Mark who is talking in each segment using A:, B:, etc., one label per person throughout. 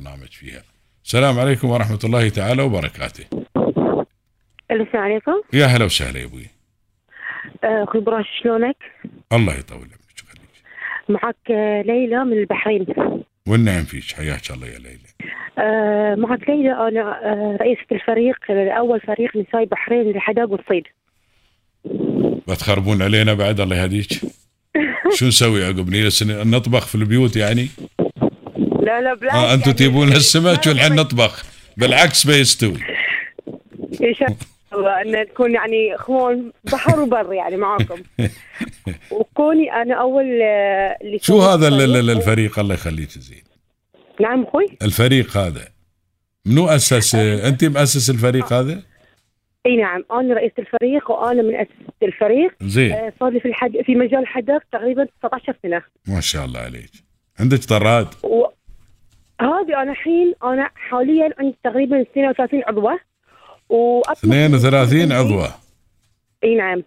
A: البرنامج فيها السلام عليكم ورحمة الله تعالى وبركاته
B: السلام عليكم
A: يا هلا وسهلا يا ابوي
B: آه، اخوي براش شلونك؟ الله
A: يطول عمرك ويخليك
B: معك آه، ليلى من البحرين
A: والنعم فيك حياك الله يا ليلى
B: آه، معك ليلى انا آه، رئيسة الفريق اول فريق نساء بحرين للحدائق والصيد
A: بتخربون علينا بعد الله يهديك شو نسوي عقب نيلس نطبخ في البيوت يعني
B: لا لا يعني بلا
A: آه انتم تجيبون السمك والحين نطبخ بالعكس بيستوي
B: ان شاء الله ان تكون يعني اخوان بحر وبر يعني معاكم وكوني انا اول آه، اللي
A: شو
B: سويت
A: هذا ال-
B: فريق.
A: ال- الفريق الله يخليك زين
B: نعم اخوي
A: الفريق هذا منو اسس انت مؤسس الفريق هذا
B: اي نعم انا رئيسة الفريق وانا من اسسة الفريق
A: زين
B: آه، صار لي في الحد... في مجال الحدائق تقريبا 19 سنه
A: ما شاء الله عليك عندك طراد
B: و... هذه انا الحين انا حاليا عندي تقريبا 32 عضوه و
A: 32 عضوه
B: اي نعم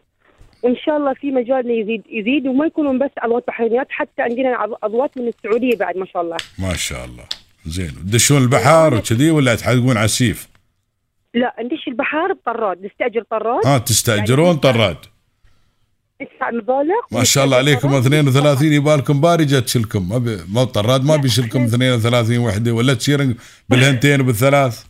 B: وان شاء الله في مجال يزيد يزيد وما يكونون بس عضوات بحرينيات حتى عندنا عض- عضوات من السعوديه بعد ما شاء الله
A: ما شاء الله زين تدشون البحر وكذي ولا تحلقون عسيف
B: لا ندش البحر بطراد نستاجر طراد
A: اه تستاجرون طراد
B: ندفع مبالغ
A: ما شاء الله
B: ونستأجر
A: عليكم
B: طراد.
A: 32 يبالكم باري جتشلكم ما بي- ما طراد ما بيشلكم 32 وحده ولا تصير بالهنتين وبالثلاث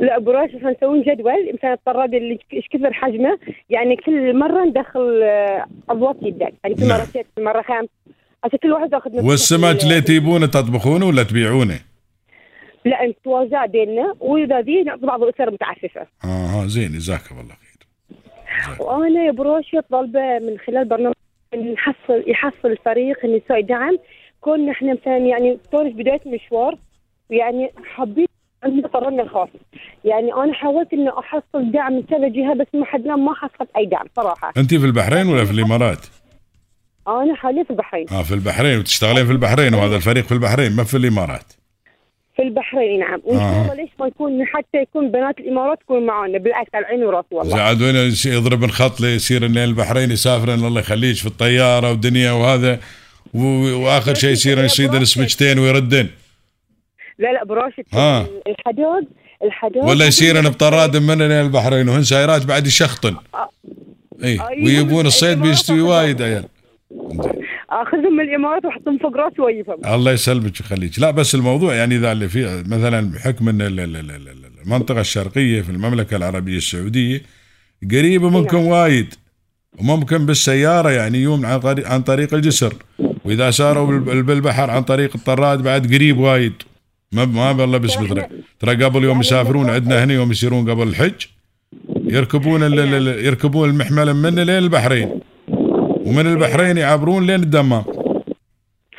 B: لا براش احنا نسوي جدول مثلا الطراد اللي ك- ايش كثر حجمه يعني كل مره ندخل آه، عضوات يدك يعني كل
A: نعم.
B: مره ست كل مره خمس عشان كل واحد ياخذ نفسه
A: والسمك
B: في-
A: اللي تجيبونه تطبخونه ولا تبيعونه؟
B: لا نتوازع بيننا واذا ذي نعطي بعض الاسر متعففه
A: اه ها زين جزاكم الله خير جزاك.
B: وانا يا بروشي طالبه من خلال برنامج إن نحصل يحصل فريق النساء دعم كون نحن مثلا يعني تعرف بدايه مشوار يعني حبيت عندنا قرارنا الخاص يعني انا حاولت اني احصل دعم من كذا جهه بس ما حد ما حصلت اي دعم صراحه
A: انت في البحرين ولا في الامارات؟
B: انا حاليا في البحرين
A: اه في البحرين وتشتغلين في البحرين وهذا الفريق في البحرين ما في الامارات
B: في البحرين
A: آه.
B: نعم وان شاء الله ليش ما يكون حتى يكون بنات الامارات تكون معانا بالعكس على العين والراس والله
A: زعاد وين يس- يضربن خط لي يصير ان البحرين يسافرن الله يخليك في الطياره ودنيا وهذا و... واخر شيء يصير يصيدن سمكتين ويردن
B: لا لا براشد
A: آه.
B: الحدود الحدود
A: ولا يصيرن بطراد من إلى البحرين وهن سايرات بعد يشخطن اي
B: أيوة.
A: ويبون الصيد
B: الإمارات
A: بيستوي
B: أخذها.
A: وايد عيال
B: اخذهم من الامارات واحطهم فوق راسي واجيبهم
A: الله يسلمك ويخليك لا بس الموضوع يعني ذا اللي فيه مثلا بحكم ان ال- ال- ال- ال- المنطقه الشرقيه في المملكه العربيه السعوديه قريبه منكم وايد وممكن بالسياره يعني يوم عن طريق عن طريق الجسر واذا ساروا بال- بالبحر عن طريق الطراد بعد قريب وايد ما ما بالله بس مثلك ترى قبل يوم يسافرون عندنا هنا يوم يسيرون قبل الحج يركبون ال- ال- ال- يركبون المحمل من لين البحرين ومن البحرين يعبرون لين الدمام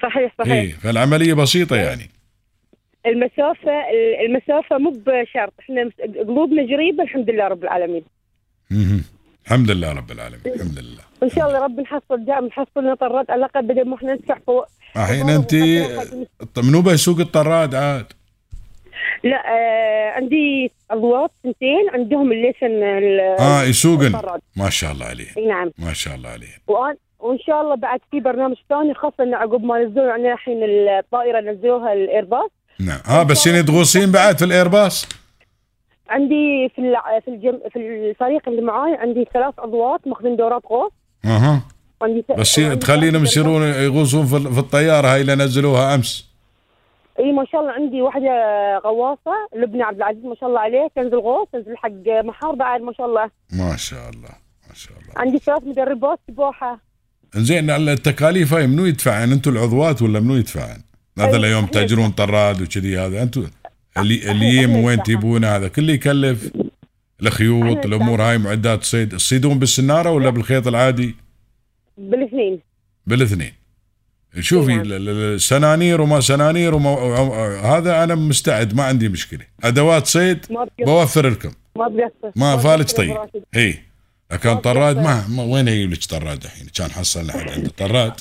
B: صحيح صحيح
A: اي فالعمليه بسيطه يعني
B: المسافه المسافه مو بشرط احنا مس- قلوبنا قريبه الحمد لله رب العالمين
A: مهم. الحمد لله رب العالمين الحمد لله
B: وان شاء الله رب نحصل دعم نحصل لنا طرات على الاقل بدل ما احنا ندفع فوق
A: الحين انت الط- منو بيسوق الطراد عاد
B: لا آه عندي اضواط سنتين عندهم الليسن
A: اه يسوقن
B: الطراد
A: ما شاء الله عليه
B: اي نعم
A: ما شاء الله عليه
B: وان وان شاء الله بعد في برنامج ثاني خاصه انه عقب ما نزلوا عندنا الحين الطائره نزلوها الايرباص
A: نعم اه بس يعني تغوصين بعد في الايرباص
B: عندي في الع- في الجم... في الفريق اللي معاي عندي ثلاث اضواط ماخذين دورات غوص
A: اها
B: عندي
A: بس ي- تخلينهم يسيرون يغوصون في ال- في الطياره هاي اللي نزلوها امس
B: اي ما شاء الله عندي واحده غواصه لبنى عبد العزيز ما شاء الله عليه تنزل غوص تنزل حق محار بعد ما شاء الله
A: ما شاء الله ما شاء الله
B: عندي ثلاث مدربات سباحه
A: زين على التكاليف هاي منو يدفعن انتوا العضوات ولا منو يدفعن؟ هذا
B: أيوة،
A: اليوم
B: إحنا
A: تاجرون طراد وكذي هذا انتوا اللي اليم
B: إحنا
A: وين
B: ندفع.
A: تجيبونه هذا كله يكلف الخيوط
B: إحنا
A: الامور هاي معدات صيد تصيدون بالسناره ولا بالخيط العادي؟
B: بالاثنين
A: بالاثنين شوفي
B: نعم.
A: ال- ال- ال- سنانير وما سنانير وما وع- وع- هذا انا مستعد ما عندي مشكله ادوات صيد
B: ما بقصر
A: بوفر لكم
B: ما بقصر
A: ما فالك
B: بقصر
A: طيب
B: يا براشد.
A: اي لكن
B: ما
A: طراد
B: بقصر.
A: ما, ما وين اجيب لك طراد الحين كان حصل احد عنده طراد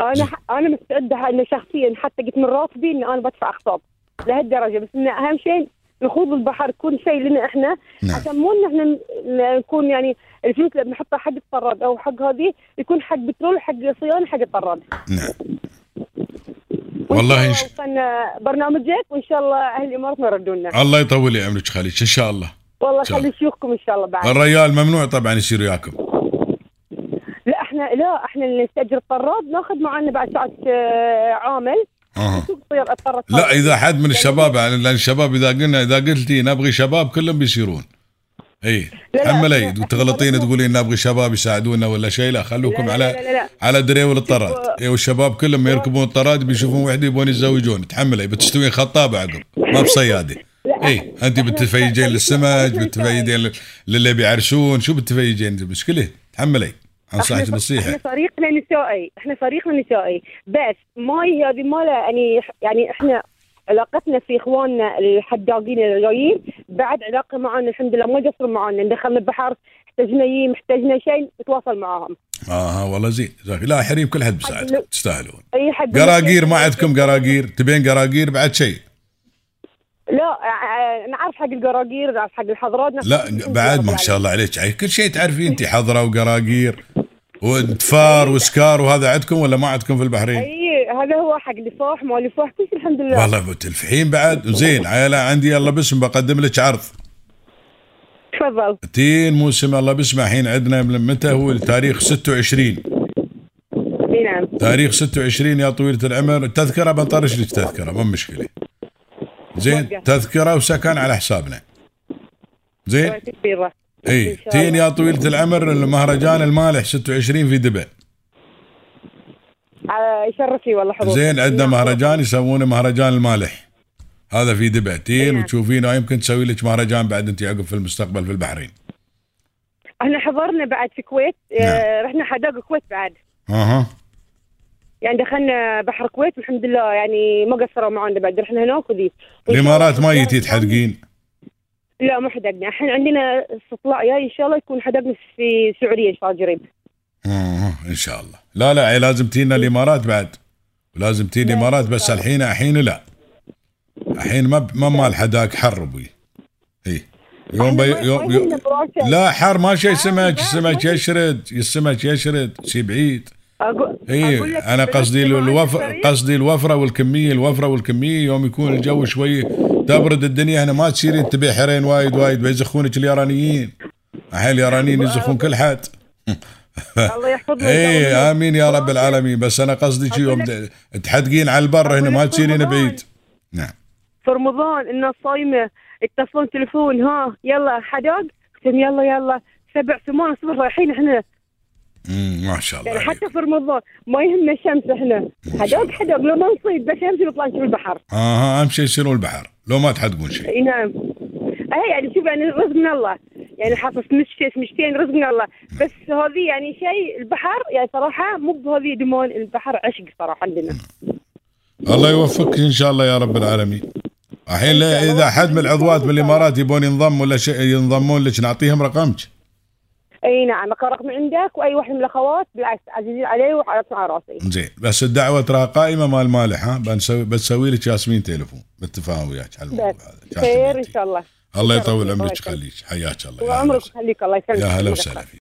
B: انا ح- انا مستعده انه شخصيا حتى قلت من راتبي اني انا بدفع اقساط لهالدرجه بس إن اهم شيء نخوض البحر يكون شيء لنا احنا
A: نعم.
B: عشان مو ان احنا ن- نكون يعني الفلوس اللي بنحطها حق الطراد او حق هذه يكون حق بترول حق صيانه حق الطراد
A: نعم
B: وإن
A: والله
B: شاء
A: إن
B: الله
A: شاء-
B: وصلنا برنامجك وان شاء الله اهل الامارات ما يردونا
A: الله يطول عمرك خليك ان شاء الله
B: والله
A: شاء الله.
B: يخلي شيوخكم ان شاء الله بعد
A: الريال ممنوع طبعا يصير وياكم
B: لا احنا لا احنا اللي نستاجر طراد ناخذ معنا بعد ساعه آه، عامل
A: أها.
B: يصير الطراد
A: آه. لا اذا حد من الشباب يعني لان الشباب اذا قلنا اذا قلتي نبغي شباب كلهم بيصيرون إيه. اي
B: لا،
A: حملي
B: إحنا-
A: وتغلطين
B: إحنا
A: تقولين نبغي شباب يساعدونا ولا شيء لا خلوكم
B: لا،
A: على
B: لا، لا، لا.
A: على دريول الطراد اي والشباب كلهم يركبون الطراد بيشوفون وحده يبون يتزوجون تحملي بتستوين خطابه عقب ما بصياده
B: لا،
A: اي انت
B: إحنا-
A: بتتفيجين
B: إحنا-
A: للسمك
B: إحنا
A: بتتفيجين لل- للي بيعرسون شو بتتفيجين انت مشكله تحملي انصحك
B: إحنا-
A: نصيحه
B: احنا فريقنا نسائي احنا فريقنا نسائي بس ماي هذه ما لها يعني يعني احنا علاقتنا في اخواننا الحداقين الجايين بعد علاقه معنا الحمد لله ما قصروا معنا دخلنا البحر احتجنا يم احتجنا شيء نتواصل معاهم
A: اه والله زين زين. لا حريم كل حد بيساعدكم تستاهلون
B: اي حد
A: قراقير ما عندكم قراقير تبين قراقير بعد شيء
B: لا ع- نعرف حق القراقير نعرف حق الحضرات نعرف حق
A: لا
B: الإنسان
A: بعد ما شاء الله عليك عي- كل شيء تعرفين انت حضره وقراقير ودفار وسكار وهذا عندكم ولا ما عندكم في البحرين؟
B: اي هذا هو حق لفاح ما لفاح كل شيء الحمد لله
A: والله متلفحين بعد زين عيالة عندي يلا باسم بقدم لك عرض
B: تفضل
A: تين موسم الله باسمه الحين عندنا من متى هو التاريخ 26
B: اي نعم
A: تاريخ 26 يا طويلة العمر تذكرة بنطرش لك تذكرة مو مشكلة زين تذكرة وسكن على حسابنا زين
B: الله يعطيك بيضة.
A: اي
B: طيب، إن شاء
A: تين
B: الله.
A: يا طويلة العمر المهرجان المالح 26 في دبي
B: ع- يشرفني والله حضورك
A: زين عندنا
B: نعم.
A: مهرجان يسمونه مهرجان المالح هذا في دبي
B: إيه.
A: تين وتشوفينه يمكن تسوي لك مهرجان بعد انت عقب في المستقبل في البحرين
B: احنا حضرنا بعد في الكويت
A: نعم.
B: آه، رحنا حداق الكويت بعد
A: اها
B: يعني دخلنا بحر الكويت والحمد لله يعني ما قصروا معنا بعد رحنا هناك وذي
A: الامارات ما يجي تحدقين
B: لا ما حدقنا احنا عندنا استطلاع جاي ان شاء الله يكون حدقنا في السعوديه ان شاء الله قريب
A: اها ان آه، شاء الله لا لا عي لازم
B: إيه.
A: تينا الامارات بعد ولازم تينا الامارات بس الحين الحين لا الحين ما ما مال حداك حر ابوي اي يوم, بي
B: إحنا ما- ما
A: يوم,
B: عندنا
A: يوم
B: براشة.
A: لا حر ما شيء سمك
B: لا،
A: السمك
B: ما-
A: يشرد السمك يشرد شي بعيد
B: أقول- أقول لك
A: اي انا
B: بالنسبة
A: إيه، قصدي
B: معنا
A: الوفر
B: الفريق-
A: قصدي الوفره والكميه الوفره والكميه يوم يكون الجو شوي تبرد الدنيا هنا ما تصيرين تبيع حرين وايد وايد بيزخونك اليابانيين الحين اليابانيين يزخون كل حد
B: الله يحفظ لك
A: اي
B: دولنا.
A: امين إيه، يا رب العالمين بس انا قصدي شي يوم تحدقين على البر هنا
B: أقول
A: ما
B: لك
A: تصيرين
B: رمضان.
A: بعيد نعم
B: في رمضان الناس صايمه يتصلون تلفون ها يلا حداق قلت يلا يلا سبع ثمان الصبح رايحين احنا
A: أمم، ما شاء الله
B: يعني
A: عليك.
B: حتى في رمضان ما يهمنا الشمس احنا حداق حداق لو ما نصيد بس اهم شيء نطلع نشوف البحر
A: اها اهم شيء يصيرون آه، البحر لو ما تحدقون شيء
B: اي نعم اي يعني شوف يعني رزق من الله يعني حاطط مشكس مشتين رزق من الله بس هذه يعني شيء البحر يعني صراحه مو بهذه دمان البحر عشق صراحه عندنا
A: الله يوفقك ان شاء الله يا رب العالمين الحين لا- اذا حد من العضوات من الامارات يبون ينضم ولا شيء ينضمون لك نعطيهم رقمك
B: اي نعم أقرأ رقم عندك واي واحد من الاخوات بالعكس عزيزين علي وعلى على راسي
A: زين بس الدعوه ترى قائمه مال مالح ها بنسوي بتسوي لك ياسمين تليفون بالتفاهم وياك على الموضوع
B: بس.
A: هذا
B: خير ان شاء الله
A: الله
B: إن شاء
A: يطول
B: الله
A: عمرك
B: يخليك.
A: خليك حياك الله يا هلا
B: وعمرك
A: وسهلا.
B: يخليك الله يسلمك
A: يا هلا
B: يجزاك
A: وسهلا
B: خير.
A: فيك